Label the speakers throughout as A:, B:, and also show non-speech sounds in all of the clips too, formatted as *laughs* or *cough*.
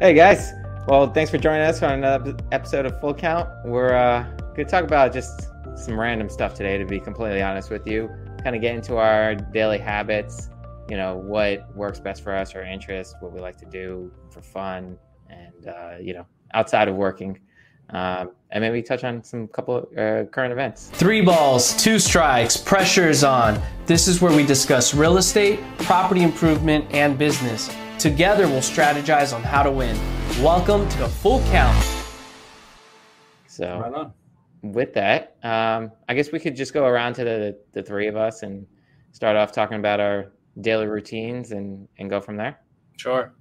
A: Hey guys, well, thanks for joining us on another episode of Full Count. We're uh, going to talk about just some random stuff today, to be completely honest with you. Kind of get into our daily habits, you know, what works best for us, our interests, what we like to do for fun, and, uh, you know, outside of working. Um, and maybe touch on some couple of uh, current events.
B: Three balls, two strikes, pressure is on. This is where we discuss real estate, property improvement, and business. Together, we'll strategize on how to win. Welcome to the full count.
A: So,
C: Right on.
A: with that, um, I guess we could just go around to the, the three of us and start off talking about our daily routines and, and go from there.
C: Sure.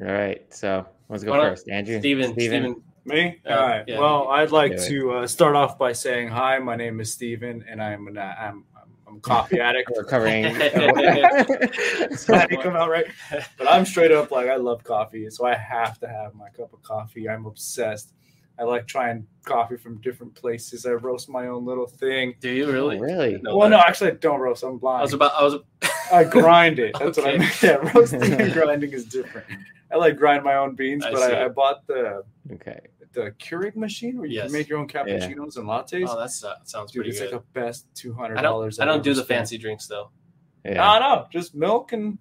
A: All right. So let's go
C: Why don't-
A: first, Andrew.
C: Steven, Steven.
D: Me?
C: Uh,
D: All right.
C: yeah.
D: Well, I'd like
A: Yeah.
D: to uh, start off by saying hi. My name is Steven, and I'm an, I'm I'm a coffee
A: *laughs*
D: addict.
A: *laughs*
D: *laughs*
A: We're covering.
D: I didn't come out right, but I'm straight up like I love coffee, so I have to have my cup of coffee. I'm obsessed. I like trying coffee from different places. I roast my own little thing.
C: Do you
A: Oh,
C: really?
A: really?
C: No,
D: well,
C: that-
D: no, Oh, actually, I don't roast. I'm
C: I was
D: blind.
C: about. I was. *laughs* oh,
D: I grind it. That's what I
C: Okay.
D: mean. *laughs* Yeah, roasting
C: *laughs*
D: and grinding is different. I like grind my own beans,
C: I
D: but
C: see.
D: I, I bought the
A: Okay.
D: the Keurig machine where you
C: Yes.
D: can make your own cappuccinos and lattes.
C: Oh, that so- sounds
D: Dude,
C: pretty
D: it's
C: good.
D: like the best two hundred
C: I don't.
D: dollars.
C: I don't do the fancy drinks though.
A: Yeah.
D: No, no, just milk and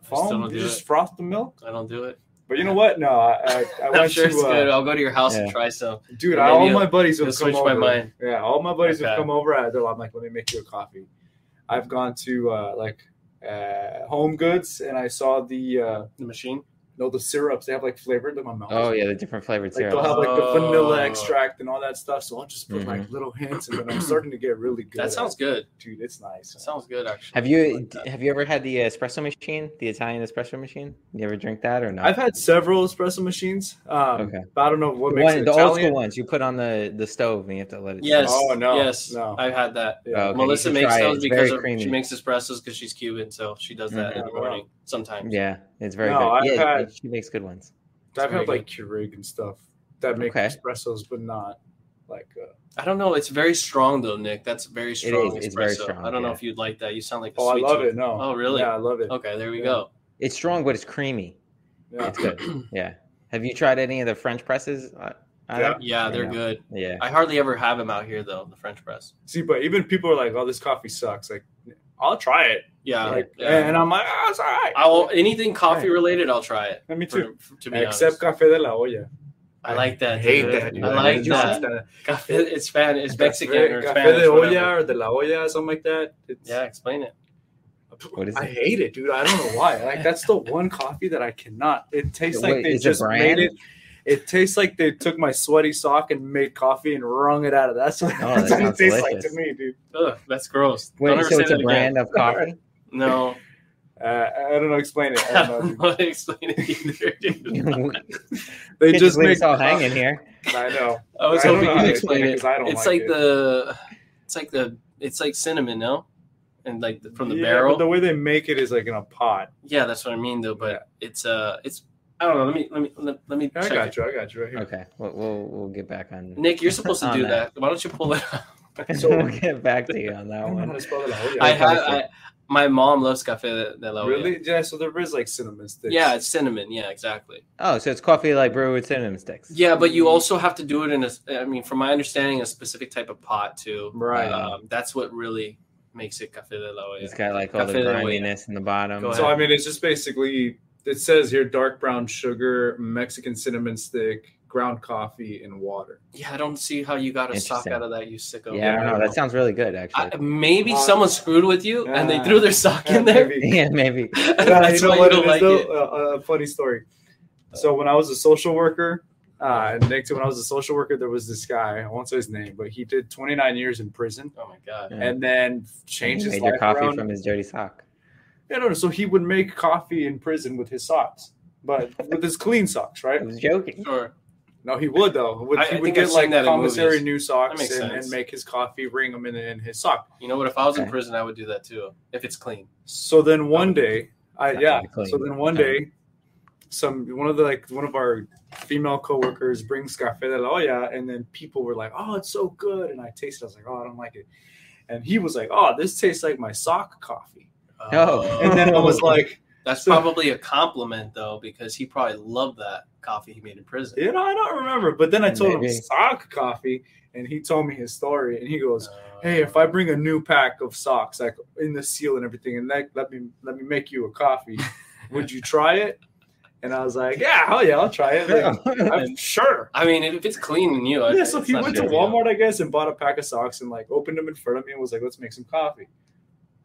C: I still
D: foam.
C: don't
D: You
C: do
D: just
C: it.
D: froth the milk.
C: I don't do it.
D: But you know what?
C: *laughs*
D: No, I, I, I
C: I'm
D: went
C: sure
D: to,
C: it's good.
D: uh,
C: I'll go to your house and
A: yeah.
C: try some.
D: dude.
C: Maybe
D: I, all
C: you'll-
D: my buddies
C: you'll
D: have come
C: switch my
D: over.
C: mind.
D: Yeah, all my buddies
C: Okay.
D: have come over. I, they're, I'm like, let me make you a coffee. I've gone to uh, like uh, Home Goods and I saw the uh,
C: The machine.
D: no the syrups. They have like flavored them. I'm
A: Oh yeah, the different flavored
D: Like
A: syrup.
D: they'll have like the
C: Oh.
D: vanilla extract and all that stuff. So I'll just put
A: Mm-hmm.
D: like little hints, and then I'm starting to get really good.
C: That sounds
D: at
C: good.
D: it. dude. It's nice.
C: That sounds good actually.
A: have you
C: Like that.
A: have you ever had the espresso machine, the Italian espresso machine? You ever drink that or no?
D: I've had several espresso machines. Um,
A: Okay.
D: But I don't know what
A: the,
D: makes
A: one,
D: it
A: the old
D: Italian.
A: school ones. You put on the the stove and you have to let it.
C: Yes.
D: Oh, no,
C: Yes.
D: no.
C: I've had that.
D: Yeah.
A: Okay, you
C: Melissa
A: should
C: makes
A: try it.
C: those
A: It's
C: because
A: very
C: of-
A: creamy.
C: she makes espressos because she's Cuban, so she does that in the
D: Mhm.
C: morning
A: simmer.
C: sometimes.
A: Yeah, it's very
D: No, I've
A: good. Yeah,
D: had-
A: she makes good ones.
D: I've
C: very
D: had like Keurig and stuff that make
A: Okay.
D: espressos, but not like. Uh,
C: I don't know. It's very strong though, Nick. That's very strong
A: is.
C: espresso.
A: It's very strong,
C: I don't know
A: yeah.
C: if you'd like that. You sound like a
D: oh, I
C: sweet
D: love
C: tooth.
D: it. No.
C: Oh, really?
D: Yeah, I love it.
C: Okay, there we
D: Yeah.
C: go.
A: It's strong, but it's creamy.
D: Yeah.
A: It's good. yeah. Have you tried any of the French presses? Uh,
D: Yeah.
C: Yeah, they're
A: Yeah.
C: good.
A: Yeah.
C: I hardly ever have them out here though, the French press.
D: See, but even people are like, "Oh, this coffee sucks." Like, I'll try it.
C: Yeah,
D: Like,
C: yeah.
D: and I'm like, "Oh, it's all right."
C: I will anything coffee related. I'll try it.
D: And me
C: for-
D: too.
C: for- to be
D: Except
C: honest,
D: Cafe de la Olla.
C: I like that.
D: I hate
C: dude.
D: that. dude.
C: I like
D: just-
C: that. *laughs* Cafe, it's fan. It's Mexican
D: Cafe,
C: or
D: Cafe
C: Spanish.
D: de
C: whatever.
D: Olla or de la Olla, something like that. It's,
C: Yeah, explain it.
A: What is
D: I
A: it?
D: hate it, dude. I don't know why. Like that's the one coffee that I cannot. It tastes
A: Wait,
D: like they
A: is it
D: just
A: brand?
D: made it. It tastes like they took my sweaty sock and made coffee and wrung it *laughs* out of. That's what,
A: Oh,
D: that's
A: that
D: what it
A: sounds
D: tastes like
A: delicious.
D: to me, dude.
C: Ugh, that's gross.
A: Wait,
C: Don't ever
A: so
C: say
A: it's a
C: that again.
A: brand of coffee. *laughs*
C: No,
D: Uh, I don't know. Explain it.
C: *laughs*
D: I
C: I
D: don't know,
A: *laughs*
C: don't
D: dude.
C: know how to explain it either. Dude.
D: They
A: Can't
D: just
A: leave
D: make
A: us all hanging here.
D: I know.
C: I was
D: I
C: hoping
D: don't know
C: you
D: how
C: could
D: to
C: explain
D: explain it
C: it.
D: 'cause I don't
C: It's like
D: like it.
C: the, it's like the, it's like cinnamon, no, and like the, from the
D: Yeah, but
C: barrel.
D: the way they make it is like in a pot.
C: Yeah, that's what I mean though. But it's uh, it's I don't know. Let me let me let, let me
D: Here, I
C: check
D: got
C: it.
D: you. I got you right here.
A: Okay, we'll we'll, we'll get back on.
C: Nick, you're supposed to
A: On
C: do
A: that.
C: that. Why don't you pull it? Up?
A: *laughs*
D: So-
A: we'll get back to you on
D: I
A: that
D: don't know how
A: one.
D: to spell it out. Yeah,
C: I
D: I
C: had
D: got
C: I, my mom loves cafe de, de la
D: you.
C: Olla.
D: really. Yeah. So there is like cinnamon sticks.
C: Yeah, it's cinnamon. Yeah, exactly.
A: Oh, so it's coffee like brewed with cinnamon sticks.
C: Yeah, but
D: Mm.
C: you also have to do it in a. I mean, from my understanding, a specific type of pot too.
D: Right.
C: Um, that's what really makes it cafe de la Olla.
A: It's got like all the
C: Cafe de la Olla.
A: grindiness in the bottom.
C: Go
D: So
C: ahead.
D: I mean, it's just basically it says here: dark brown sugar, Mexican cinnamon stick, ground coffee,
C: *laughs*
D: and water.
C: Yeah, I don't see how you got a sock
A: Interesting.
C: out of that, you sicko.
A: yeah, I don't know. That sounds really good, *laughs*
C: I,
A: actually.
C: maybe someone screwed with you and they
D: Uh,
C: threw their sock in *laughs*
D: Yeah,
C: there.
D: *laughs* maybe.
A: yeah, maybe.
D: Yeah,
C: that's
D: you know
C: why
D: what
C: you don't
D: it
C: like
D: is,
C: it.
D: though? A- a funny story. So when I was a social worker, uh, and Nick, too, when I was a social worker, there was this guy. I won't say his name, but he did 29 years in prison,
C: Oh my god.
A: Yeah.
D: and then changed
A: He
D: his
A: made
D: life
A: your coffee
D: around.
A: from his dirty sock.
D: Yeah, no, no. So he would make coffee in prison with his socks, but with his clean socks, right?
A: I was joking.
C: Sure.
D: No, he would though. Would,
C: I- I
D: he would
C: think I've
D: get
C: seen
D: like
C: that in
D: commissary
C: movies.
D: new
C: That
D: socks
C: makes
D: and,
C: sense.
D: and make his coffee, ring them in, in his sock.
C: You know what? If I was in
A: Okay.
C: prison, I would do that too. If it's clean.
D: So then one day, I
A: Not
D: yeah.
A: really clean,
D: So then one
A: okay.
D: day, some one of the like one of our female coworkers brings cafe de la olla, and then people were like, "Oh, it's so good," and I tasted. it. I was like, "Oh, I don't like it," and he was like, "Oh, this tastes like my sock coffee,"
C: Uh,
A: No.
C: *laughs*
D: and then I was like.
C: That's
D: So-
C: probably a compliment though, because he probably loved that coffee he made in prison.
D: You know, I don't remember. But then I told
A: Maybe.
D: him sock coffee, and he told me his story, and he goes,
C: Uh,
D: "Hey, if I bring a new pack of socks, like in the seal and everything, and like let me let me make you a
C: *laughs*
D: coffee, would you try it?" And I was like, "Yeah, hell *laughs* yeah, I'll try it.
A: *laughs*
D: Like, I'm sure."
C: I mean, if it's clean and you, I-
D: Yeah, so
C: it's
D: he
C: not
D: went
C: a
D: to
C: big deal.
D: Walmart, I guess, and bought a pack of socks and like opened them in front of me and was like, "Let's make some coffee."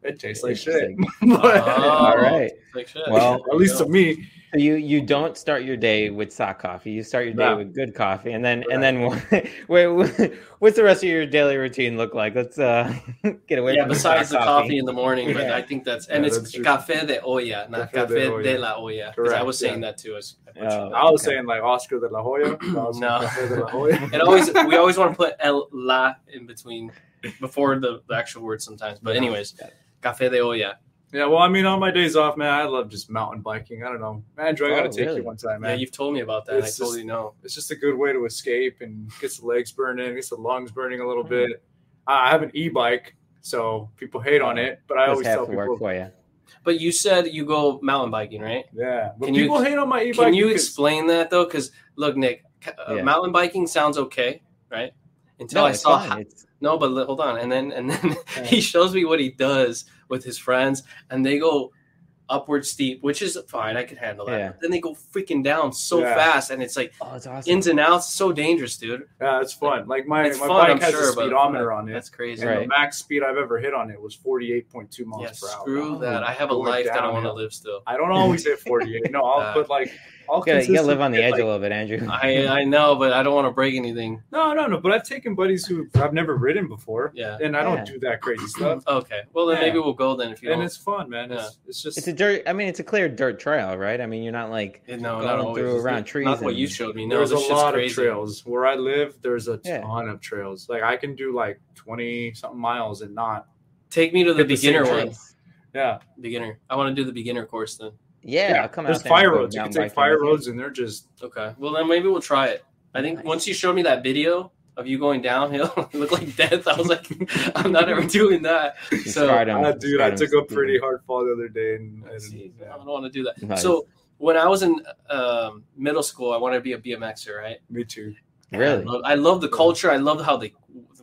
D: It tastes like shit. *laughs*
A: Interesting.
D: But-
A: *laughs*
C: Oh,
D: *laughs*
A: All right.
C: *laughs* like shit.
A: Well,
D: at least to
C: Yeah.
D: me,
A: So you you don't start your day with sock coffee. You start your day
D: No.
A: with good coffee, and then and then *laughs* what- wait, what- what's the rest of your daily routine look like? Let's uh *laughs* get away.
C: yeah,
A: from
C: besides the
A: sock
C: coffee. in the morning, but
A: Yeah.
C: I think that's and
D: Yeah,
C: it's
D: that's true.
C: cafe de olla, not
D: Café
C: cafe,
D: de olla.
C: de la olla. 'cause I
D: Correct,
C: was saying that too. as- I butchered
A: Oh.
C: that.
D: I was
A: Okay.
D: saying like Oscar de la Hoya.
C: *clears throat*
D: but I was
C: uh, No.
D: Oscar de la Hoya.
C: *laughs* It always we always want to put el la in between before the, the actual word sometimes. But
D: Yeah.
C: anyways, cafe de olla.
D: *laughs* Yeah, well, I mean, on my days off, man, I love just mountain biking. I don't know, Andrew, I
A: Oh,
D: gotta take
A: really?
D: you one time,
C: Yeah,
D: man.
C: you've told me about that. and I
D: It's
C: totally know.
D: it's just a good way to escape and gets the legs burning, gets the lungs burning a little bit. I I have an e-bike, so people hate on it, but I
A: Does
D: always
A: half
D: tell
A: the work
D: people,
A: for you.
C: But you said you go mountain biking, right?
D: yeah. But
C: Can you
D: people
C: ex-
D: hate on my e-bike.
C: Can you
D: because-
C: explain that though? Because look, Nick, ca- uh,
A: Yeah.
C: mountain biking sounds okay, right? Until
A: No,
C: I
A: it's
C: saw
A: fine.
C: ho-
A: It's-
C: no, but li- hold on, and then and then *laughs*
D: Yeah.
C: he shows me what he does with his friends, and they go upward steep, which is fine, I can handle that.
A: Yeah.
C: But then they go freaking down so
D: Yeah.
C: fast, and it's like
A: oh, it's awesome.
C: ins and outs, so dangerous, dude.
D: Yeah, it's fun. Like my,
C: It's
D: my
C: fun,
D: bike
C: I'm
D: has
C: sure,
D: a
C: but
D: speedometer on it,
C: That's crazy.
D: and
A: Right.
D: the max speed I've ever hit on it was forty-eight point two miles
C: Yeah,
D: per hour.
C: screw that. I have a
D: Going
C: life that I want to
D: downhill.
C: live still.
D: I don't always
A: *laughs*
D: hit forty-eight. No, I'll
C: Uh,
D: put like I'll
A: You gotta, you gotta live on the edge
D: consistently hit,
A: a little bit, Andrew.
C: I
D: *laughs*
C: I know, but I don't want to break anything.
D: No, no, no. But I've taken buddies who I've never ridden before,
C: Yeah.
D: and I don't
A: Yeah.
D: do that crazy stuff.
C: Okay. Well, then
D: Yeah.
C: maybe we'll go then if you
D: And
C: don't.
D: it's fun, man. It's, it's
A: *laughs*
D: just
A: It's a dirt. I mean, it's a clear dirt trail, right? I mean, you're not like
C: eh, no,
A: going
C: not always.
A: through
C: It's
A: around
C: not-
A: trees
C: Not what you
A: and-
C: showed me. No,
D: there's a
C: this shit's
D: lot
C: crazy.
D: of trails where I live. There's a
A: Yeah.
D: ton of trails. Like I can do like twenty something miles and not.
C: Take me to the
D: Hit the same
C: beginner
D: trail.
C: one.
D: Yeah,
C: Beginner. I want to do the beginner course then.
A: yeah. I'll come
D: there's
A: out there and
D: fire
A: go
D: roads. You can
A: mountain
D: take
A: biking
D: fire
A: with you.
D: roads, and they're just
C: Okay. Well, then maybe we'll try it. I think
A: Nice.
C: once you showed me that video of you going downhill, *laughs* it looked like death. I was like, *laughs* I'm not ever doing that.
A: You
C: So,
A: scarred 'em,
D: Ah, dude. I
A: scarred 'em
D: took a
A: stupid.
D: pretty hard fall the other day, and,
C: I see.
D: and- yeah,
C: I don't want to do that.
A: Nice.
C: So when I was in um, middle school, I wanted to be a BMXer, right?
D: me too.
A: Really?
C: I love, I love the culture. I love how they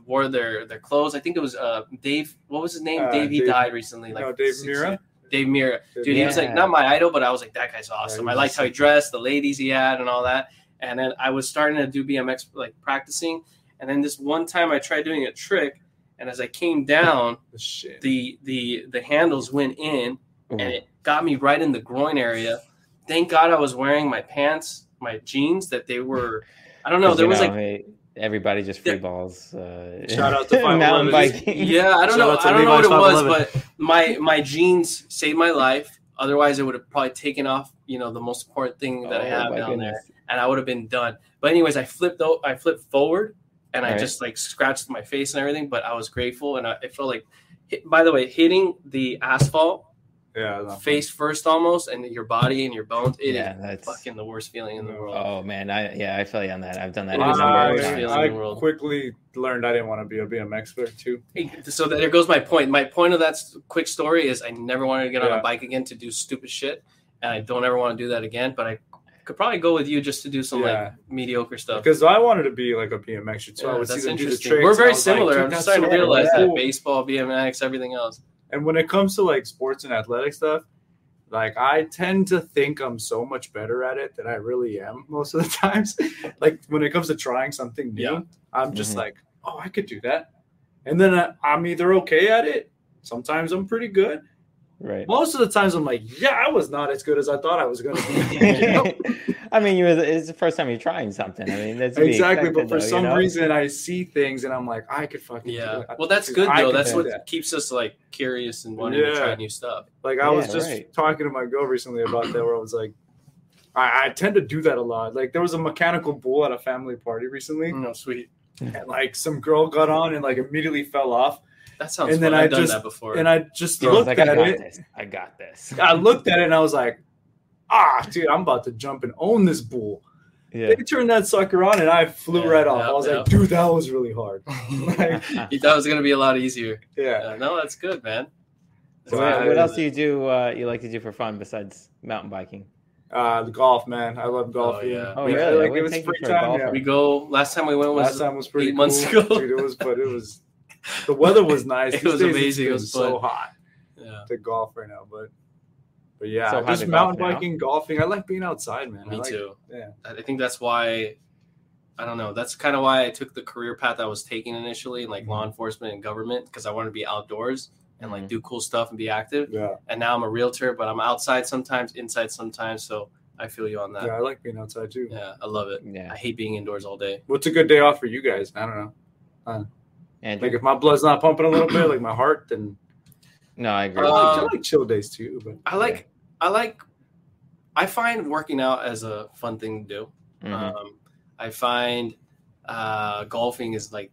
C: wore their their clothes. I think it was uh, Dave. What was his name?
D: Uh,
C: Dave. He
D: Dave-
C: died recently. Like
D: no, Dave
C: six
D: Mira.
C: years- Dave Mira. dude he was like
A: Yeah.
C: not my idol but i was like that guy's awesome
D: Yeah,
C: i
D: he was
C: liked how he dressed the ladies he had and all that and then i was starting to do bmx like practicing and then this one time i tried doing a trick and as i came down
D: shit.
C: the the the handles went in
A: Ooh.
D: Mm-hmm.
C: and it got me right in the groin area thank god i was wearing my pants my jeans that they were i don't know
A: 'Cause,
C: there
A: you
C: was
A: know,
D: *laughs*
C: like
A: hey, everybody just
C: Yeah.
A: free balls. Uh, *laughs*
D: Shout out to oh 511.
A: mountain biking. *laughs*
C: yeah i don't
D: Shout
C: know
D: out to
C: i don't know what
D: Levi's
C: it was
D: 511.
C: but my my jeans saved my life otherwise it would have probably taken off you know the most important thing that i
A: Oh,
C: have
A: my
C: down there
A: goodness.
C: and I would have been done. But anyways, I flipped though I flipped forward and I
A: Right.
C: just like scratched my face and everything, but I was grateful and I, it felt like hit, by the way, hitting the asphalt
D: Yeah, I love
C: face first almost and your body and your bones, it is
A: yeah, that's
C: fucking the worst feeling in the
D: No.
C: world.
A: Oh man, I yeah, I feel you on that. I've done that.
C: It is
A: a number of
C: embarrassing.
A: times.
C: feeling
D: I,
C: in the
D: I
C: world.
D: quickly learned I didn't want to be a BMXer too.
C: So that there goes my point. My point of that s- quick story is I never wanted to get on
D: Yeah.
C: a bike again to do stupid shit and I don't ever want to do that again, but I could probably go with you just to do some
D: Yeah.
C: like mediocre stuff.
D: Because I wanted to be like a BMXer too. I
C: Yeah,
D: would see
C: that's
D: them do the
C: interesting.
D: tricks.
C: We're
D: and I
C: very
D: was like,
C: similar.
D: dude,
C: I'm
D: that's
C: just starting
D: so
C: to realize
D: cool.
C: that baseball, BMX, everything else.
D: And when it comes to like sports and athletic stuff, like I tend to think I'm so much better at it than I really am most of the *laughs* times. like when it comes to trying something new,
C: Yeah. Mm-hmm.
D: I'm just
A: Mhm.
D: like, oh, I could do that. And then I, I'm either okay at it. Sometimes I'm pretty good.
A: Right.
D: Most of the times I'm like, yeah, I was not as good as I thought I was going
C: *laughs*
D: to
A: *laughs*
D: be. *laughs*
A: I mean, you were, it's the first time you're trying something. I mean, that's to be
D: exactly.
A: expected,
D: But for
A: though, you
D: some
A: know?
D: reason, I see things and I'm like, I could fucking
C: Yeah.
D: do that.
C: Well, that's
D: Dude,
C: good
D: I
C: though.
D: could
C: That's
D: do
C: what
D: that.
C: keeps us like curious and wanting to try
D: Yeah.
C: new stuff.
D: Like I
A: Yeah,
D: was just
A: right.
D: talking to my girl recently about that, where I was like, I, I tend to do that a lot. Like there was a mechanical bull at a family party recently,
A: Mm.
C: No, sweet.
D: and like some girl got on and like immediately fell off,
C: That sounds.
D: And then
C: fun.
D: I
C: I've done
D: just-
C: that before. *laughs*
D: and I just
A: Yeah, I was
D: looked
A: like, I
D: at
A: got
D: it.
A: this. I got this.
D: I looked at it and I was like, ah, dude, I'm about to jump and own this bull.
A: *laughs*
D: *laughs*
A: Yeah.
D: They turned that sucker on and I flew
C: Yeah,
D: right off.
C: yeah,
D: I was
C: yeah.
D: like, dude, that was really hard.
A: *laughs*
D: *laughs*
C: you thought it was gonna be a lot easier.
D: Yeah.
C: Uh, no, that's good, man.
A: So what, what else do you do? Uh, you like to do for fun besides mountain biking?
D: Uh, the golf, man. I love golfing.
C: yeah.
A: Oh,
D: We-
A: really? I
D: Like, it
A: wouldn't
D: was
A: take you
D: free
A: for a
D: time.
A: golfer.
D: Yeah.
C: We go. Last time we went was
D: Last time was pretty
C: eight months
D: cool,
C: ago.
D: dude. It was, but it was the weather was
C: *laughs*
D: nice.
C: It
D: These
C: was
D: days it's
C: amazing. It
D: been
C: was
D: so hot
C: yeah.
D: to golf right now, but but yeah,
A: So hot
D: just
A: to golf
D: mountain
A: now.
D: biking, golfing. I like being outside, man. I
C: Me
D: like,
C: too.
D: Yeah,
C: I I think that's why. I don't know. That's kind of why I took the career path I was taking initially, in like law
D: Mm-hmm.
C: enforcement and government, because I wanted to be outdoors and like
A: Mhm.
C: do cool stuff and be active.
D: yeah,
C: And now I'm a realtor, but I'm outside sometimes, inside sometimes. So I feel you on that.
D: yeah. I like being outside too.
C: yeah I love it.
A: Yeah.
C: I hate being indoors all day.
D: What's a good day off for you guys? I don't know.
A: Andrew?
D: Like if my blood's not pumping a little bit, like my heart, then
A: no, I agree.
D: I like, I
C: Um,
D: like chill days too. But
C: I like I like I find working out as a fun thing to do. *laughs*
A: Mhm.
C: Um, I find uh, golfing is like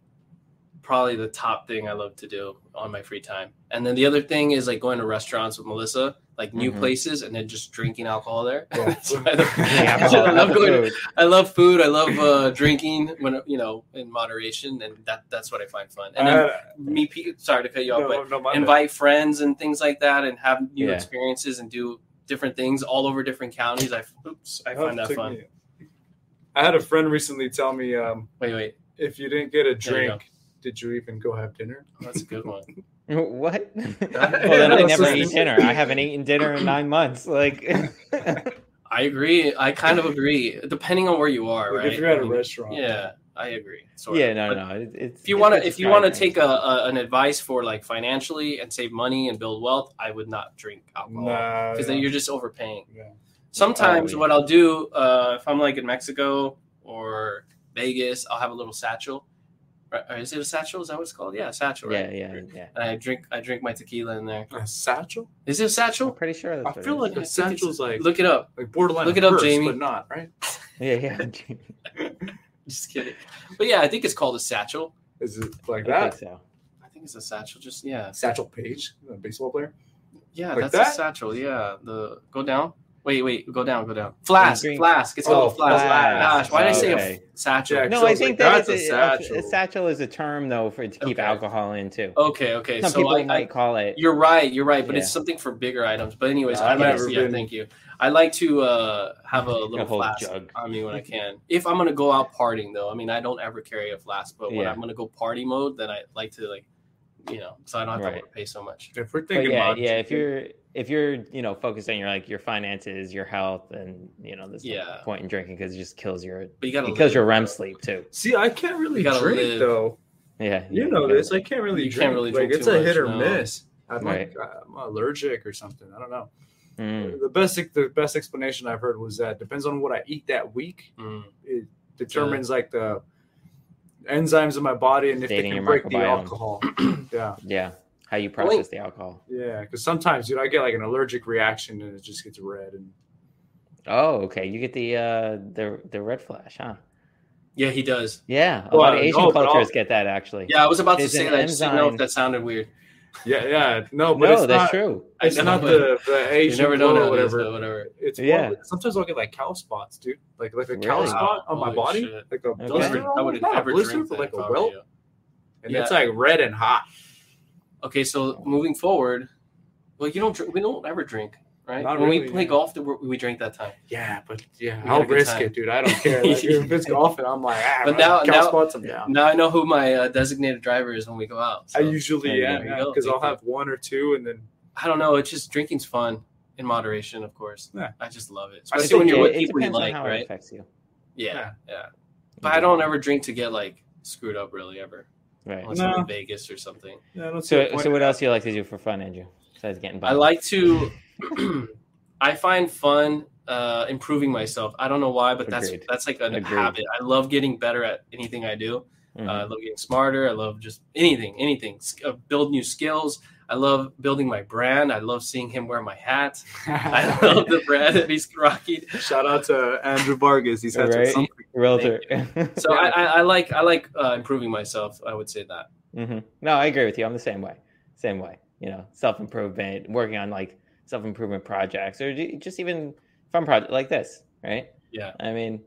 C: probably the top thing I love to do on my free time. And then the other thing is like going to restaurants with Melissa, like new
A: Mhm.
C: places, and then just drinking alcohol there. *laughs*
D: Yeah.
C: So I, love,
A: Yeah,
C: *laughs*
D: I
A: I'm all
C: I
A: about
C: love
A: the
C: going.
A: food.
C: I love food. I love uh, drinking when you know in moderation, and that that's what I find fun. And then
D: Uh,
C: me, pe- sorry to cut you off, but
D: no, no, my bad.
C: invite friends and things like that and have new
A: Yeah.
C: experiences and do different things all over different counties. I oops, I
D: Oh,
C: find that
D: took
C: fun.
D: me- I had a friend recently tell me um,
C: Wait, wait,
D: if you didn't get a
C: There you
D: drink, did you even go have dinner?
C: Oh, that's a good one.
A: *laughs* What? *laughs* well,
D: Yeah,
A: then I
D: *laughs* that's
A: never
D: what
A: eat
D: I'm
A: dinner. I haven't eaten dinner in nine months. Like, *laughs*
C: I agree. I kind of agree. Depending on where you are,
D: Like
C: right?
D: if you're at
C: I
D: a
C: mean,
D: restaurant,
C: Yeah, I agree. Sort of.
A: yeah, no,
C: But
A: no. It, it's,
C: If you
A: it's
C: want to,
A: good
C: if you want to
A: guidelines.
C: take a, a an advice for like financially and save money and build wealth, I would not drink alcohol
D: Nah,
C: because then
D: yeah.
C: you're just overpaying.
D: Yeah.
C: Sometimes
A: Oh, yeah.
C: what I'll do uh, if I'm like in Mexico or Vegas, I'll have a little satchel. Right? Or is it a satchel? Is that what it's called? Yeah, a satchel.
A: yeah,
C: Right?
A: yeah, yeah.
C: And I drink, I drink my tequila in there.
D: A satchel?
C: Is it a
A: I'm
C: satchel?
A: pretty sure that's
D: I
A: what it
D: feel
A: is.
D: like
C: Yeah, I
D: a
C: think
D: satchel's like
C: Look it up. *laughs*
D: like borderline.
C: Look
D: a
C: it up,
D: purse,
C: Jamie.
D: But not right.
A: *laughs* Yeah, yeah.
C: Just kidding. But yeah, I think it's called a satchel.
D: Is it like
A: I think
D: that?
A: so.
C: I think it's a satchel. Just yeah,
D: Satchel Page, a baseball player.
C: yeah.
D: Like
C: that's a
D: that?
C: satchel. Yeah. The go down. Wait, wait. Go down. Go down. Flask.
A: Green-
C: Flask. It's called
D: Oh,
C: a flask.
A: flask.
C: Gosh, why did I say a
A: Okay.
C: f- satchel?
D: Yeah,
A: No,
D: so
A: I
D: it's
A: think
D: like,
A: that
D: that's
A: it's
D: a
A: a, a- a satchel.
D: satchel.
A: is a term though for to keep
C: Okay.
A: alcohol in too.
C: Okay. Okay.
A: Some
C: so
A: people
C: I, I
A: might call it.
C: You're right. You're right. But
A: Yeah.
C: it's something for bigger items. But anyways,
D: Yeah,
C: I
D: I've
C: like,
D: never
C: yeah,
D: been-
C: thank you. I like to uh, have a little
A: whole
C: flask
A: jug.
C: on me when
D: *laughs*
C: I can. If I'm gonna go out partying, though, I mean, I don't ever carry a flask. But when
A: Yeah.
C: I'm gonna go party mode, then I like to like, you know, so I don't have
A: Right.
C: to pay so much.
D: If we're
A: But
D: thinking
A: yeah,
D: about
A: yeah. If you're if you're you know focused on your like your finances, your health, and you know there's no
C: Yeah.
A: point in drinking because it just kills your it
C: But you gotta
A: kills
C: live,
A: your REM
C: bro.
A: sleep too.
D: See, I can't really
C: You gotta
D: drink
C: live.
D: though.
A: Yeah,
D: You
A: yeah,
D: know
A: gotta-
D: this. I can't really
C: You
D: drink.
C: can't really
D: like
C: drink
D: it's
C: too
D: a hit
C: much,
D: or
C: no.
D: miss. I'm
A: Right.
D: like I'm allergic or something. I don't know.
A: Mm.
D: The best the best explanation I've heard was that depends on what I eat that week
C: Mm.
D: determines like the enzymes in my body and if
A: Dating
D: they
A: your
D: can break the
A: microbiome.
D: alcohol. yeah.
A: Yeah, how you process the alcohol.
D: Yeah, because sometimes, dude, I get like an allergic reaction and it just gets red. And
A: Oh, okay. You get the uh the the red flash, huh?
C: Yeah, he does.
A: Yeah, a
D: Well,
A: lot of
D: I
A: Asian
D: know, but I'll-
A: cultures get that actually.
C: Yeah, I was about
A: There's
C: to say
A: an
C: that. I just didn't know
A: enzyme.
C: if that sounded weird.
D: yeah, yeah, no, but
A: no,
D: it's
A: that's
D: not,
A: true.
D: It's
C: I know,
D: not
C: but
D: the, the
C: You
D: Asian
C: never know
D: blood or
C: nowadays,
D: whatever.
C: but whatever.
D: It's
A: Yeah.
D: more- sometimes I'll get like cow spots, dude. Like like a cow
A: Really?
D: spot on my
C: Holy
D: body,
C: shit.
D: like a
A: Those
C: Those
A: Okay.
D: blister.
C: were- I would
D: not
C: have ever
D: a blister,
C: drink
D: but
C: that
D: like
C: if I
D: a
C: were
D: welt,
C: you.
D: and
C: Yeah.
D: it's like red and hot.
C: Okay, so moving forward, well, you don't drink, we don't ever drink, right?
D: Not
C: when we
D: really,
C: play
D: yeah.
C: golf, we we drink that time.
D: Yeah, but yeah,
C: We had a
D: I'll
C: good
D: risk
C: time.
D: it, dude. I don't care. Like, if
C: *laughs*
D: it's golfing, I'm like, ah,
C: But
D: but
C: now-
D: now, cow
C: now-
D: spots, I'm down.
C: Now I know who my uh, designated driver is when we go out. so.
D: I
C: I,
A: There
D: usually
A: you
D: am
C: go. There you go.
D: because I'll
C: Thank you.
D: have one or two, and then
C: don't know. It's just drinking's fun in moderation, of course.
D: Yeah.
C: I just love it,
D: I
C: especially
D: think
C: when you're
D: it-
C: with
A: it
C: people you
A: depends on
C: like,
A: how it
C: right?
A: affects you.
C: Yeah,
D: Yeah.
C: yeah. But I don't ever drink to get like screwed up really ever,
A: Mm-hmm. Right.
C: unless I'm
D: No.
C: in Vegas or something.
D: yeah, I don't see the
A: So,
D: point.
A: so what else do you like to do for fun, Andrew? Besides getting by,
C: I like to. *clears throat* I find fun uh, improving myself. I don't know why, but that's
A: Agreed.
C: that's like a
A: Agreed.
C: habit. I love getting better at anything I do.
A: Mm-hmm.
C: Uh, I love getting smarter. I love just anything, anything. S- Uh, build new skills. I love building my brand. I love seeing him wear my
A: *laughs*
C: hat. I love the brand that he's rocking.
D: *laughs* Shout out to Andrew Vargas. He's had some-
A: Right.
D: some
A: realtor. *laughs*
C: So I, I, I like I like uh, improving myself. I would say that.
A: Mhm. No, I agree with you. I'm the same way. Same way. You know, self improvement, working on like self improvement projects, or ju- just even fun project like this, right?
C: Yeah.
A: I mean,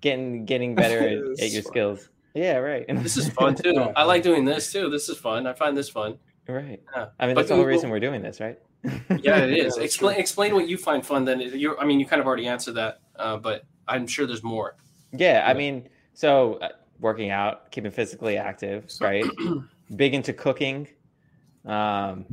A: getting getting better
C: *laughs*
A: at, at your
D: It's fun.
A: skills. Yeah, right. *laughs*
C: This is fun too. I like doing this too. This is fun. I find this fun.
A: Right.
C: Yeah.
A: I mean,
C: But
A: that's the whole
C: Google-
A: reason we're doing this, right?
C: Yeah, it
A: *laughs*
C: is.
D: that's
C: explain explain what you find fun. Then you're. I mean, you kind of already answered that, uh, but I'm sure there's more.
A: Yeah, I
C: Yeah.
A: mean, so uh, working out, keeping physically active,
C: *clears throat*
A: right? Big into cooking. Um,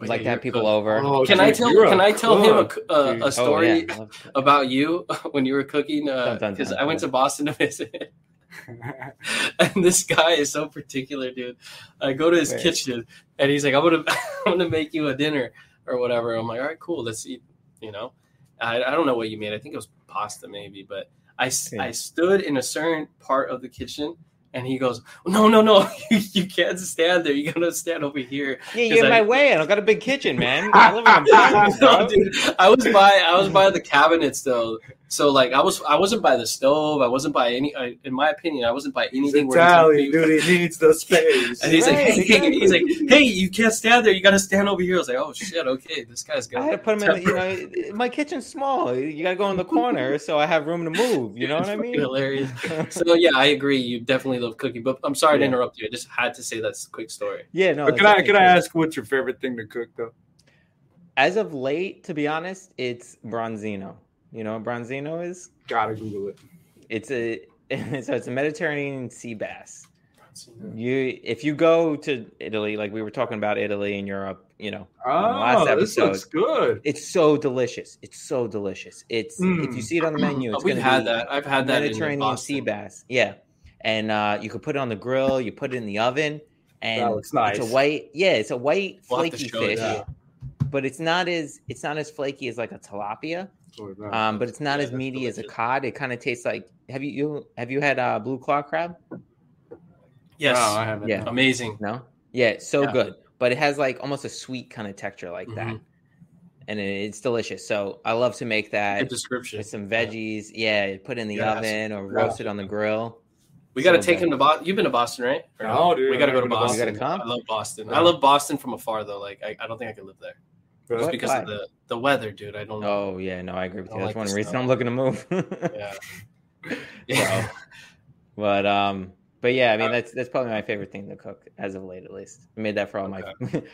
A: like to have people over.
C: Can I tell? Can I tell him a, c- uh,
D: dude.
C: a story
A: Oh, yeah. I love-
C: about you *laughs* when you were cooking?
A: Dun, dun,
C: Because
A: dun,
C: I went
A: dun.
C: to Boston to visit, *laughs* and this guy is so particular, dude. I go to his
A: Wait.
C: kitchen, and he's like, "I'm gonna, *laughs* I'm gonna make you a dinner or whatever." I'm like, "All right, cool. Let's eat." You know, I, I don't know what you made. I think it was pasta, maybe. But I, s-
A: Yeah.
C: I stood in a certain part of the kitchen, and he goes, "No, no, no! *laughs* you, you can't stand there. You gotta stand over here."
A: Yeah,
C: Is
A: you're in
C: that-
A: my way, and I've got a big kitchen,
D: *laughs*
A: man. I live in a apartment,
C: No,
A: bro.
C: dude, I was by I was by the cabinets though, so like I was I wasn't by the stove. I wasn't by any. I, in my opinion, I wasn't by
D: He's
C: anything. where
D: Italian,
C: he's like,
D: dude. He needs the
C: *laughs*
D: space.
C: and he's like,
A: Right,
C: hey,
A: exactly. *laughs*
C: he's like, hey, you can't stand there. You got to stand over here. I was like, oh shit, okay, this guy's good.
A: I had to put them in. The, you know, my kitchen's small. You got to go in the corner, so I have room to move. You know
C: It's
A: what I
C: fucking
A: mean?
C: Hilarious. *laughs*
A: *laughs*
C: So yeah, I agree. You definitely love cooking, but I'm sorry to
A: Yeah.
C: interrupt you. I just had to say that's a quick story.
A: yeah, no.
D: But
A: that's
D: can I
A: definitely
D: can I
A: true.
D: ask what's your favorite thing to cook though?
A: As of late, to be honest, it's Bronzino. You know what Bronzino is?
D: Gotta Google it.
A: It's a *laughs* so it's a Mediterranean sea bass. You if you go to Italy, like we were talking about Italy and Europe, you know,
D: Oh,
A: last
D: this
A: episode.
D: looks good.
A: it's so delicious. It's so delicious. It's if you
D: Mm.
A: see it on the menu,
C: But
A: it's
C: we've
A: gonna
C: had
A: be
C: that. I've had that. in
A: Mediterranean sea
C: Boston.
A: bass. Yeah, and uh, you could put it on the grill. You put it in the oven,
D: That
A: and
D: looks nice. Oh,
A: it's a white. Yeah, it's a white
C: We'll have to
A: flaky
C: show
A: fish,
C: that.
A: but it's not as it's not as flaky as like a tilapia.
D: Oh, no.
A: Um, but it's not
C: yeah,
A: as
C: that's
A: meaty as a
C: delicious.
A: cod. It kind of tastes like. Have you, you have you had uh, blue claw crab?
C: Yes,
D: No, I haven't.
A: Yeah.
C: amazing.
A: No. Yeah, it's so
C: Yeah.
A: good, but it has like almost a sweet kind of texture like that,
C: Mhm.
A: and it, it's delicious. So I love to make that
C: Good description.
A: with some veggies. Yeah, put it in the
C: Yeah,
A: oven or
D: yeah.
A: roast it on the grill.
C: We got to
A: So
C: take
A: good.
C: him to Boston. You've been to Boston, right? Or
D: No, dude,
C: We got to go
D: I've never
C: to
D: been to
C: Boston.
A: Boston. You gotta come?
C: I love Boston.
D: Yeah.
C: I love Boston from afar, though. Like, I, I don't think I could live there just
A: What?
C: because
A: Why?
C: of the, the weather, dude. I don't know.
A: Oh yeah, no, I agree with
C: I
A: you. That's
C: like
A: one
C: the
A: reason
C: snow.
A: I'm looking to move. *laughs*
C: Yeah. *laughs* Yeah.
A: but um, but yeah,
C: Uh,
A: I mean that's that's probably my favorite thing to cook as of late, at least. I made that for all my. *laughs* I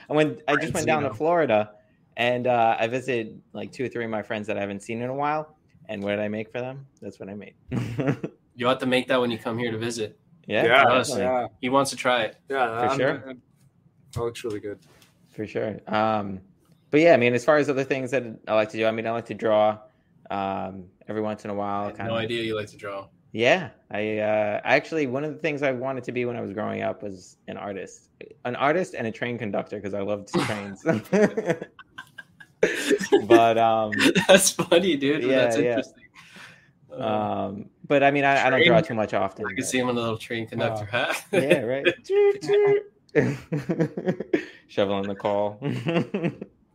A: went. I just went down to
C: Branzino.
A: Florida, and uh, I visited like two or three of my friends that I haven't seen in a while. And what did I make for them? That's what I made. *laughs* yeah,
C: You have to make that when you come here to visit.
D: yeah,
C: definitely.
D: yeah,
C: He wants to try it.
D: yeah. I'm-
A: sure.
D: I'm- That looks really good.
A: for sure. Um, but yeah, I mean, as far as other things that I like to do, I mean, I like to draw. Um, every once in a
C: I
A: while,
C: had no idea you like to draw. *laughs*
A: Yeah, I uh, actually one of the things I wanted to be when I was growing up was an artist, an artist and a train conductor because I loved
C: *laughs*
A: trains. *laughs* but um,
C: that's funny, dude.
A: Yeah,
C: that's
A: yeah.
C: interesting. Uh,
A: um, but I mean, I, I don't draw too much often.
C: I can see him in a little
D: Uh,
C: train conductor hat. *laughs*
A: but- *laughs* Yeah, right. *laughs* Toot, toot. Shoveling the coal. *laughs* that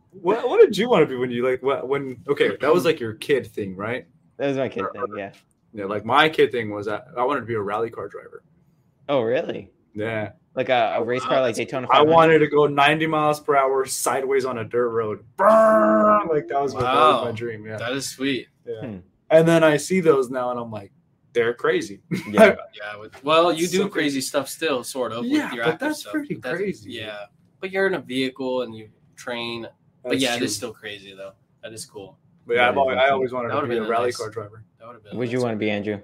D: What What did you want to be when you like what when? Okay, that was like your kid thing, right?
A: was my kid thing. Yeah.
D: Yeah, like my kid thing was I, I wanted to be a rally car driver.
A: Oh, really?
D: Yeah,
A: Like a, a race car, like Daytona.
D: I
A: 500?
D: wanted to go 90 miles per hour sideways on a dirt road. Brrr! Like that was, my, that was
C: Wow.
D: my dream. Yeah.
C: That is sweet.
D: Yeah.
A: Hmm.
D: And then I see those now, and I'm like, they're crazy.
A: Yeah.
C: Yeah. with- Well, you do
D: So-
C: crazy stuff still, sort of.
D: Yeah,
C: with your
D: but
C: active
D: that's
C: stuff.
D: pretty
C: But
D: crazy.
C: Yeah. But you're in a vehicle and you train but
D: That's
C: yeah, it
D: true.
C: is still crazy though. That is cool.
D: But yeah, I've
A: That
D: always,
A: is
D: I
A: awesome.
D: always wanted
C: That
D: to
C: would've
D: be a
C: been
D: rally
C: nice.
D: car driver.
C: That would have been.
A: What'd you
C: nice.
A: want to be, Andrew?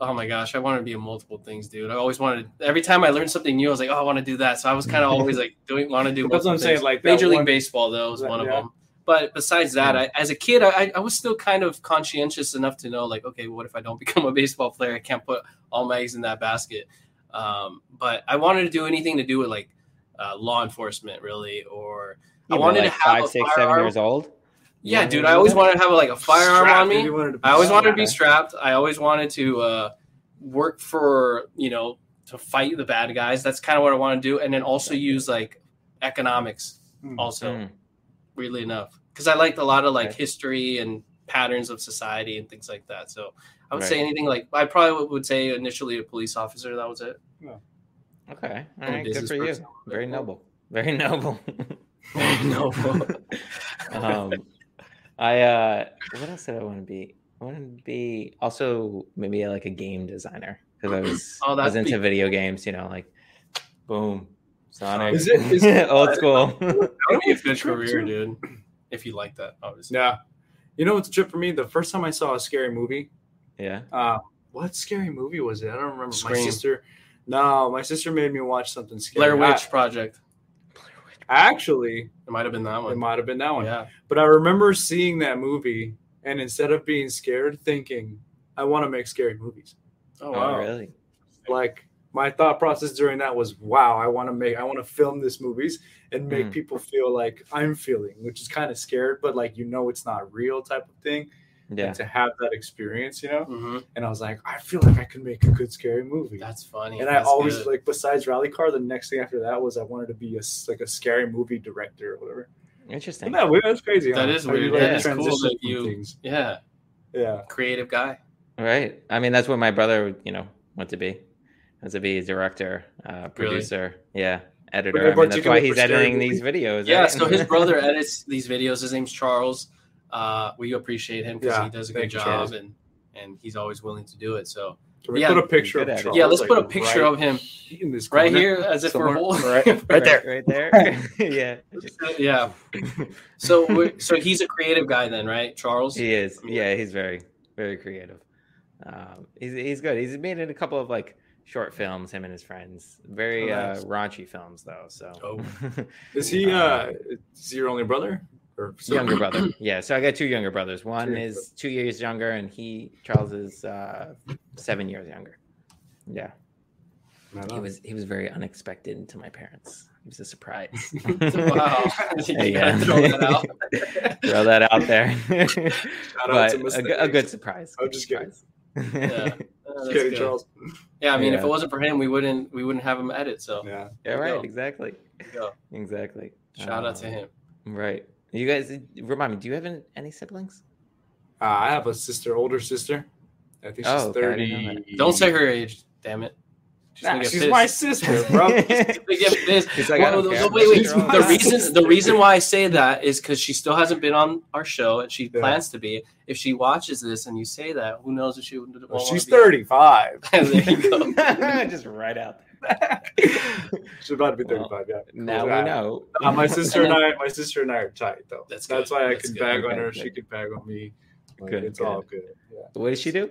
C: Oh my gosh, I wanted to be in multiple things, dude. I always wanted. Every time I learned something new, I was like, oh, I want to do that. So I was
D: *laughs*
C: kind of always like doing, want to do.
D: That's what I'm
C: multiple
D: saying,
C: things.
D: like, that
C: Major League
D: one-
C: Baseball though was
D: that-
C: one of
D: yeah.
C: them. But besides that,
A: Yeah.
C: I, as a kid, I, I- I was still kind of conscientious enough to know, like, okay, what if I don't *laughs* become a baseball player? I can't put all my eggs in that basket. Um, but I wanted to do anything to do with like uh, law enforcement, really, or I
A: You were,
C: wanted to
A: like
C: have
A: five,
C: a
A: six, seven
C: firearm.
A: years old. You
C: yeah,
A: wanted to
C: dude.
A: do
C: I always
A: that?
C: wanted to have like a firearm
D: Strapped,
C: on me.
D: dude, you wanted to be
C: I always wanted to be
A: Okay.
C: strapped. I always wanted to uh, work for you know to fight the bad guys. That's kind of what I want to do, and then also use like economics.
D: Hmm.
C: Also,
A: Mm.
C: weirdly enough, because I liked a lot of like
A: Right.
C: history and patterns of society and things like that. So I would say
A: Right.
C: anything like I probably would say initially a police officer. That was it.
A: Okay. All
C: a
A: right. Good
C: business
A: for you.
C: person.
A: Very
C: *laughs*
A: noble. Very *laughs* noble. *laughs*
C: no. *laughs*
A: um, I uh, what else did I want to be? I wanted to be also maybe like a game designer because I was
C: Oh,
A: I was
C: that'd
A: into
C: be
A: video games. You know, like boom, Sonic.
D: Is it-
A: *laughs*
D: is-
A: old school?
C: That
D: *laughs*
C: would be a
D: It's
C: good
D: true,
C: career,
D: too.
C: dude. If you like that, obviously.
D: Yeah. You know what's a trip for me? The first time I saw a scary movie,
A: *laughs* yeah.
D: uh, what scary movie was it? I don't remember. My
C: Scream.
D: sister. No, my sister made me watch something scary.
C: Blair Witch Project.
D: I- actually,
C: It might have been that
D: it
C: one.
D: might have been that one.
C: Yeah.
D: But I remember seeing that movie, and instead of being scared, thinking, I want to make scary movies.
C: Oh
A: Oh,
C: wow.
A: really?
D: Like my thought process during that was, wow, I want to make, I want to film these movies and make
A: Mm.
D: people feel like I'm feeling, which is kind of scared, but like you know, it's not real type of thing.
A: Yeah.
D: And to have that experience, you know.
C: Mhm.
D: and I was like, I feel like I could make a good scary movie.
C: That's funny.
D: and I
C: That's
D: always
C: good.
D: like besides Rally Car, the next thing after that was I wanted to be a s- like a scary movie director or whatever. Isn't
A: Interesting.
D: that weird? That's crazy.
C: That
D: huh?
C: is
D: How you,
C: weird.
A: Yeah,
D: Like,
A: it's
C: cool
D: transition
C: that
D: from
C: you-
D: Things.
C: yeah,
D: Yeah.
C: creative guy.
A: Right. I mean, that's what my brother, you know, wanted to be. Wants to be a director, uh, producer, yeah, editor.
D: in
A: I mean, that's
D: particular
A: why
D: for
A: he's
D: scary
A: editing
D: movies?
A: these videos.
C: Yeah,
A: right? *laughs*
C: so his brother edits these videos. His name's Charles. Uh, we appreciate him because
D: Yeah,
C: he does a good
D: thank you,
C: job
D: Charles.
C: and and he's always willing to do it. So
D: Can we
C: Yeah.
D: put a picture of
A: Good at it.
D: Charles?
C: yeah, let's
D: like,
C: put a picture
D: right
C: of him
D: in this
C: right
D: corner?
C: here as if we're
D: Somewhere.
C: holding *laughs*
A: right,
C: right there.
A: right
C: *laughs*
A: there, *laughs* yeah, Just-
C: Yeah. So we're, so he's a creative guy then, right,
D: *laughs*
C: Charles?
A: he is. Yeah, he's very, very creative. Um, he's he's good. He's made in a couple of like short films. Him and his friends, very
D: Oh, nice.
A: uh, raunchy films though. So *laughs*
C: Oh.
D: Is he uh is he your only brother? Or
A: younger
D: *laughs*
A: brother.
D: *clears throat*
A: Yeah, so I got two younger brothers. One
D: younger
A: is two years younger, and he Charles is uh, seven years younger. Yeah, he was he was very unexpected to my parents. It was a
D: *laughs*
A: surprise.
C: *laughs*
A: *laughs*
C: Wow. *laughs* you
A: There you
C: gotta
A: go.
C: throw that out. *laughs* Oh,
A: Throw that out there.
D: *laughs* Shout out
A: but
D: to
A: a,
D: Mr.
A: good- a good surprise.
D: I'm
A: good
D: just kidding.
A: surprise. *laughs*
C: Yeah. Oh, that's
D: Just kidding,
C: good.
D: Charles.
C: Yeah, I mean, if
A: Yeah.
C: it wasn't for him, we wouldn't we wouldn't have him edit. So
D: Yeah.
A: yeah,
C: you
A: right.
C: go.
A: Exactly.
C: there you go.
A: Exactly.
C: shout out to
D: Uh,
A: Um,
C: him.
A: Right. You guys remind me. Do you have any, any
C: *laughs*
A: siblings?
D: Uh, I have a sister, older sister. I think she's
A: Oh, okay, I didn't know that.
D: thirty.
C: Don't say her age. Damn it. She's
D: Nah,
C: gonna get
D: she's
C: pissed.
D: my sister,
A: *laughs*
D: bro.
C: They
D: *laughs*
C: get pissed.
A: He's like, I
C: Well,
A: don't
C: the-
A: care.
C: wait, wait.
D: She's my
C: The reason the
D: *laughs* sister.
C: reason why I say that is because she still hasn't been on our show, and she
D: Yeah.
C: plans to be. If she watches this and you say that, who knows if she would?
D: Well, she's 35.
C: *laughs*
A: *laughs*
C: there you go.
A: just right out there.
D: She's about to be
A: Well,
D: 35. yeah.
A: Now
D: Yeah.
A: we know. *laughs*
D: Uh, my sister and I, my sister and I are tight though.
C: That's
D: That's,
C: good.
D: why I
C: That's
D: can
C: good.
D: bag on
A: Okay,
D: her.
A: good.
D: She could bag on me. Like,
A: Good,
D: it's
A: good.
D: all good. Yeah.
A: What did she do?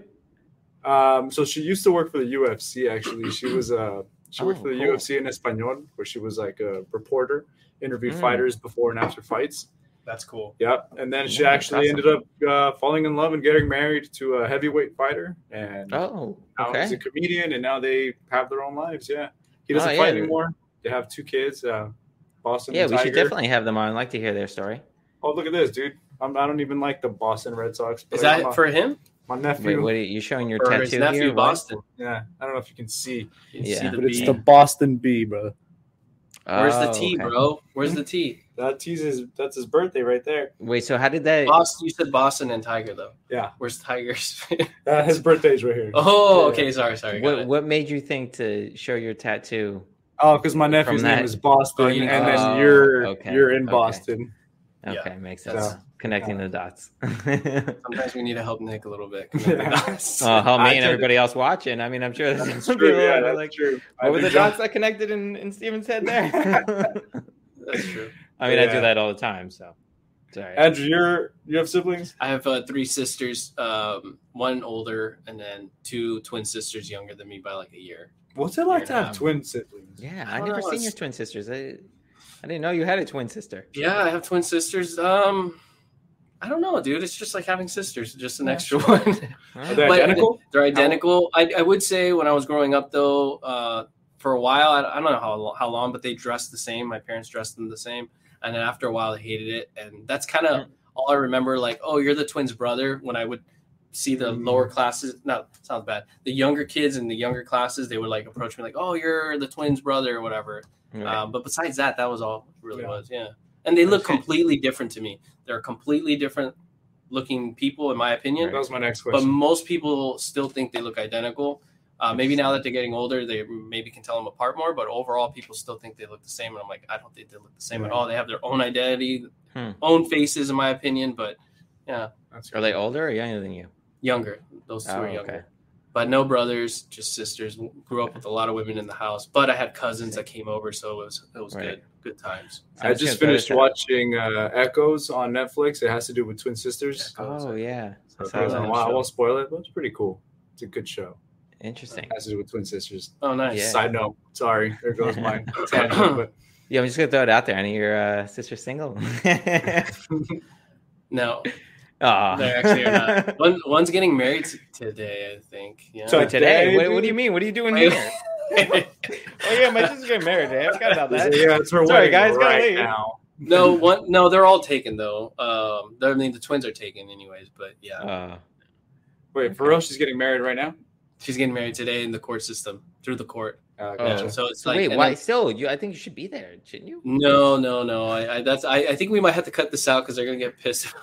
D: Um, so she used to work for the UFC. Actually, she was uh, she worked
A: Oh,
D: for the
A: cool.
D: UFC in Espanol, where she was like a reporter, interviewed
A: Mm.
D: fighters before and after fights.
C: That's cool.
D: Yep. And then she
A: Yeah, that's
D: actually ended up uh, falling in love and getting married to a heavyweight fighter. And
A: Oh,
D: now he's a
A: okay.
D: comedian, and now they have their own lives. Yeah, he
A: Oh,
D: doesn't
A: yeah.
D: fight anymore. They have two kids, uh, Boston.
A: Yeah,
D: and
A: we should
D: Tiger.
A: definitely have them on. I'd like to hear their story.
D: Oh, look at this, dude! I'm, I don't even like the Boston Red Sox. but
C: Is
D: I got
C: that
D: my,
C: for him
D: my
A: Wait,
D: nephew?
A: what are you you showing your
C: or his
A: tattoo
C: nephew
A: here? what?
C: Boston?
D: Yeah, I don't know if you can see,
C: You
A: Yeah.
C: see the
D: but it's
C: B.
D: the Boston B, bro.
C: Where's the
A: Oh,
C: T,
A: okay.
C: bro? Where's the T?
D: That teases. That's his birthday right there.
A: Wait, so how did that?
C: Boston. You said Boston and Tiger though.
D: Yeah.
C: Where's *laughs* Tiger's?
D: Uh, his birthday's right here.
C: oh, okay. Sorry, sorry. got
A: What,
C: it.
A: what made you think to show your tattoo?
D: Oh, because my nephew's
A: that-
D: name is Boston,
C: Oh, you-
D: and then
A: Oh,
D: you're
A: okay,
D: you're in
A: okay.
D: *laughs* Boston.
A: Okay,
C: Yeah.
A: makes sense.
D: So-
A: Connecting the dots. *laughs* oh,
C: Sometimes we need to help Nick a little
D: *laughs*
C: bit.
D: Yeah.
A: oh
D: *laughs* I
A: me
D: did
A: and
D: it.
A: everybody else watching. I mean, I'm sure
D: That's
A: there's some people
D: true. *laughs* Yeah,
A: that are
D: that's
A: like,
D: true. I
A: what were the
D: think
A: dots that connected in, in Steven's head
D: *laughs*
A: there?
C: *laughs*
A: *laughs*
C: That's true.
A: I mean, I do
D: Yeah.
A: that all the time. So, sorry.
D: Andrew, you're you have siblings?
C: I have uh, three sisters, um, one older, and then two twin sisters younger than me by like a year.
D: What's it like to
C: Yeah.
D: have twin siblings?
A: yeah,
C: I
A: I,
C: don't
A: never
C: know,
A: seen your
C: it's-
A: twin sisters. I, I didn't know you had a twin sister.
C: Yeah, I have twin sisters. Um, I don't know, dude. It's just like having sisters, just an extra one.
D: Are
A: Alright.
D: they
C: But-
D: identical?
C: They're identical. I, I would say when I was growing up, though, uh, for a while, I, I don't know how, lo- how long, but they dressed the same. My parents dressed them the same. And then after a while, I hated it. And that's kind of all I remember like, oh, you're the twins' brother. When I would see the
D: Mm.
C: lower classes, no, sounds bad. The younger kids in the younger classes, they would like approach me like, oh, you're the twins' brother or whatever.
A: Right.
C: Um, but besides that, that was all it really
D: Yeah.
C: was. Yeah. And they look
A: Okay.
C: completely different to me. They're completely different looking people, in my opinion.
D: That was my next
C: But
D: question.
C: most people still think they look identical. Uh, maybe now that they're getting older, they maybe can tell them apart more. But overall, people still think they look the same. And I'm like, I don't think they look the same at
D: Yeah.
C: all. They have their own identity,
A: Hmm.
C: own faces, in my opinion. But
D: That's
A: Are they older or younger than you?
C: younger, those two
A: Oh,
C: are younger.
A: okay.
C: but no brothers, just sisters. Grew up with a lot of women in the house, but I had cousins that came over, so it was it was
A: Right.
C: good, good times.
D: I just finished watching uh, Echoes on Netflix. It has to do with twin sisters.
A: Oh yeah,
D: So
A: I saw
D: I
A: that.
D: won't- I won't spoil it, but it's pretty cool. It's a good show.
A: interesting.
D: It has to do with twin sisters.
C: Oh, nice.
A: Yeah.
D: Side note. Sorry, there
A: *laughs*
D: goes my tangent. But
A: Yeah, I'm just gonna throw it out there. Any of your uh, sisters single? *laughs*
C: No,
A: Aw.
C: they actually
A: *laughs*
C: are not. One, one's getting married t- today, I think. Yeah.
D: So-
A: Today? What, what do you mean? What are you doing
C: Wait.
D: *laughs*
A: here?
C: *laughs*
A: oh yeah, my sister's getting married today. I forgot *laughs* about that.
D: *laughs* yeah, it's her
A: Sorry,
D: wedding
A: guys, gotta
D: right
A: leave.
D: now.
C: no one, no, they're all taken though. Um, I mean the twins are taken anyways, but yeah,
A: Uh,
D: Wait, for real? She's getting married right now.
C: she's getting married today in the court system through the court.
D: Uh,
A: Oh.
C: Yeah,
D: gotcha.
C: so it's
A: so
C: like
A: wait,
C: and
A: why?
C: then-
A: Still, you? I think you should be there, shouldn't
C: *laughs*
A: you?
C: No, no, no. I, I that's I, I think we might have to cut this out because they're gonna get pissed. *laughs*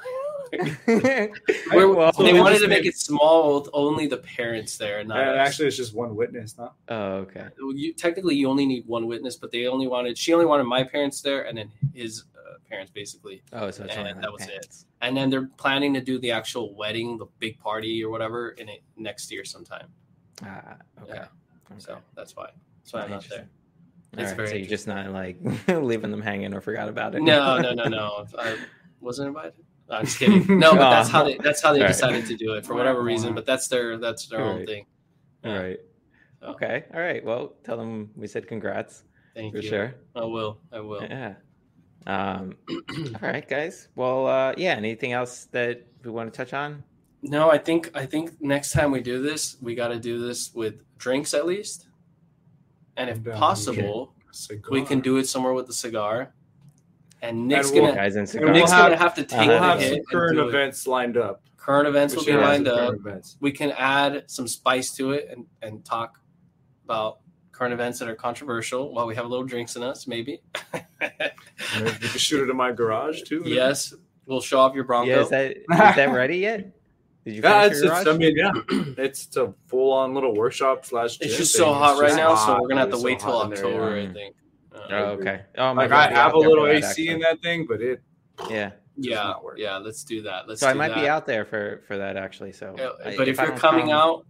A: *laughs*
C: We're-
A: Well,
C: they
A: we
C: wanted
A: just
C: to make
A: made-
C: it small with only the parents there, not
D: And
C: us.
D: actually, it's just one witness, not
A: *laughs* Oh okay.
C: you, technically you only need one witness, but they only wanted she only wanted my parents there and then his uh, parents basically,
A: Oh, so it's
C: And
A: only on
C: that
A: the
C: was it.
A: pants.
C: and then they're planning to do the actual wedding, the big party or whatever, in it next year sometime.
A: Ah, okay.
C: Yeah.
A: Okay.
C: So that's why. That's why I'm not there.
A: Interesting.
C: It's
A: All right,
C: very
A: so you're just not like *laughs* leaving them hanging or forgot about it. *laughs*
C: No, no, no, no. I wasn't invited. No, I'm just kidding. No, but
A: Oh.
C: that's how they that's how they
A: Alright.
C: decided to do it for whatever reason. But that's their that's their own
A: Alright.
C: thing.
A: All right.
C: Oh.
A: Okay. All right. Well, tell them we said congrats
C: Thank
A: for
C: you.
A: sure.
C: I will. I will.
A: Yeah. Um, *clears throat* all right, guys. Well, uh, yeah. Anything else that we want to touch on?
C: No, I think I think next time we do this, we got to do this with drinks at least, and if
D: I'm down.
C: possible,
D: Cigar.
C: we can do it somewhere with a cigar. And Nick's
D: we'll-
C: gonna
A: Guys, and
D: we'll
A: cigars.
C: Nick's
D: have-
C: gonna have to take
D: We'll
A: Uh-huh.
C: the
D: have
C: hit
D: some
C: and
D: current
C: do it.
D: events lined up.
C: Current events
D: We
C: will
D: should
C: be
D: have
C: lined
D: some
C: up.
D: current events.
C: We can add some spice to it and and talk about current events that are controversial while we have a little drinks in us, maybe.
D: Maybe We could shoot it in my
C: *laughs*
D: garage too.
C: yes, we'll show off your Bronco.
A: Yeah, is that is that ready yet?
C: *laughs*
A: Did you
D: Yeah,
A: finish
D: it's,
A: your
D: it's, I
A: garage?
D: mean, yeah, *clears throat* it's it's a full on little workshop slash.
C: it's
D: gym
C: just
D: thing.
C: so
D: It's
C: hot right
D: just
C: now, so
D: hot.
C: we're gonna have to
D: It's so
C: wait till
D: hot in there,
C: October,
A: yeah.
C: I think. Uh,
A: Oh, okay. Oh my
D: Like
A: God,
D: I
A: I'll
D: have a
A: be out there
D: little
A: for that,
D: AC in that thing, but it
A: actually. Yeah.
C: yeah,
D: not work.
C: yeah. Let's do that. Let's.
A: So I
C: do
A: might
C: that.
A: be out there for for that actually. So,
C: Uh,
A: I-
C: but if,
A: I
C: you're
A: don't
C: coming
A: come-
C: out,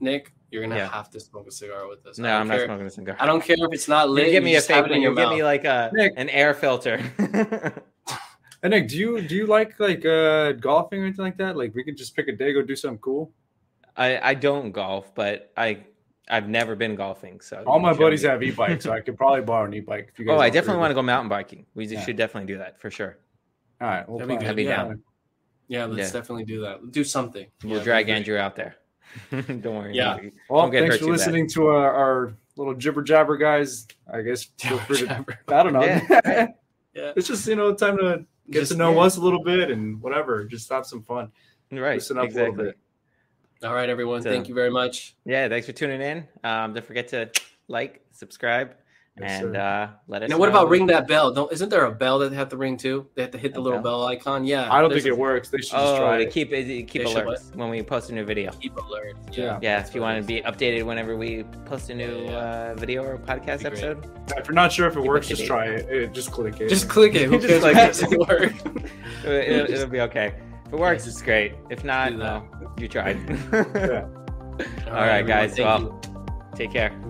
C: Nick, you're gonna
A: Yeah.
C: have to smoke a cigar with us.
A: no,
C: I don't
A: I'm not
C: care.
A: smoking a cigar.
C: I don't care if it's not
A: You
C: lit.
A: give
C: you
A: me a
C: just have
A: fake
C: it
A: one.
C: in
A: You
C: your
A: give
C: mouth.
A: me like a
D: Nick.
A: an air filter. *laughs*
D: And Nick, do you do you like like uh golfing or anything like that? Like we could just pick a day, go do something cool.
A: I I don't golf, but I I've never been golfing. So
D: All
A: you
D: my
A: can show
D: buddies
A: me.
D: have e-bikes, so I could probably borrow an e-bike if you guys.
A: Oh, I definitely want to go mountain biking. We
D: Yeah.
A: should definitely do that for sure.
D: to. All right, we'll
C: That'd be
D: plan
A: I'd
C: good.
A: be
C: yeah.
A: down.
C: Yeah, let's
A: Yeah.
C: definitely do that. Do something.
A: We'll
C: Yeah,
A: drag
C: that'd be
A: Andrew
C: great.
A: out there. *laughs* don't worry.
C: Yeah.
A: Andrew.
D: it. Well,
A: Don't get
D: thanks
A: hurt
D: for
A: too bad.
D: listening to our, our little jibber jabber, guys.
A: *laughs*
D: I guess
C: *laughs*
D: feel free to.
C: Jabber.
D: I don't know. *laughs*
A: Yeah.
C: Yeah.
D: it's just you know time to get
C: Just-
D: to know
C: yeah.
D: us a little bit and whatever. Just have some fun.
A: Right.
D: Listen up a little
A: exactly.
D: bit.
C: All right, everyone.
A: So-
C: Thank you very much.
A: Yeah, thanks for tuning in. Um, don't forget to like, subscribe,
D: Yes,
A: and
D: sir.
A: uh, let us.
C: Now, what
A: know
C: about ring that bell? Don't isn't there a bell that they have to ring too? They have to hit the
A: A
C: little
A: bell?
C: bell icon. Yeah,
D: I don't
C: there's
D: think it works. They should just
A: Oh,
D: try
A: to
D: it.
A: keep keep
C: They should
A: alerts when we post a new video.
C: a Keep alert.
D: Yeah.
C: Yeah,
A: Yeah, if you
C: what
A: want
C: it
A: to be updated whenever we post a new
C: Yeah.
A: uh, video or podcast
C: Be great.
A: episode.
C: *laughs*
D: If you're not sure if it
A: Keep
D: works,
A: up to
D: just
A: date.
D: try it. It- Just click it.
C: just
D: *laughs*
C: click it. Who
A: Just
C: cares?
A: click it.
C: Click it. doesn't work.
A: It'll, it'll- it'll be okay. If it works, it's great. If not,
C: Do
A: well,
C: that.
A: you tried. *laughs*
D: Yeah.
A: All right,
C: everyone,
A: guys.
C: thank you.
A: Well, take care.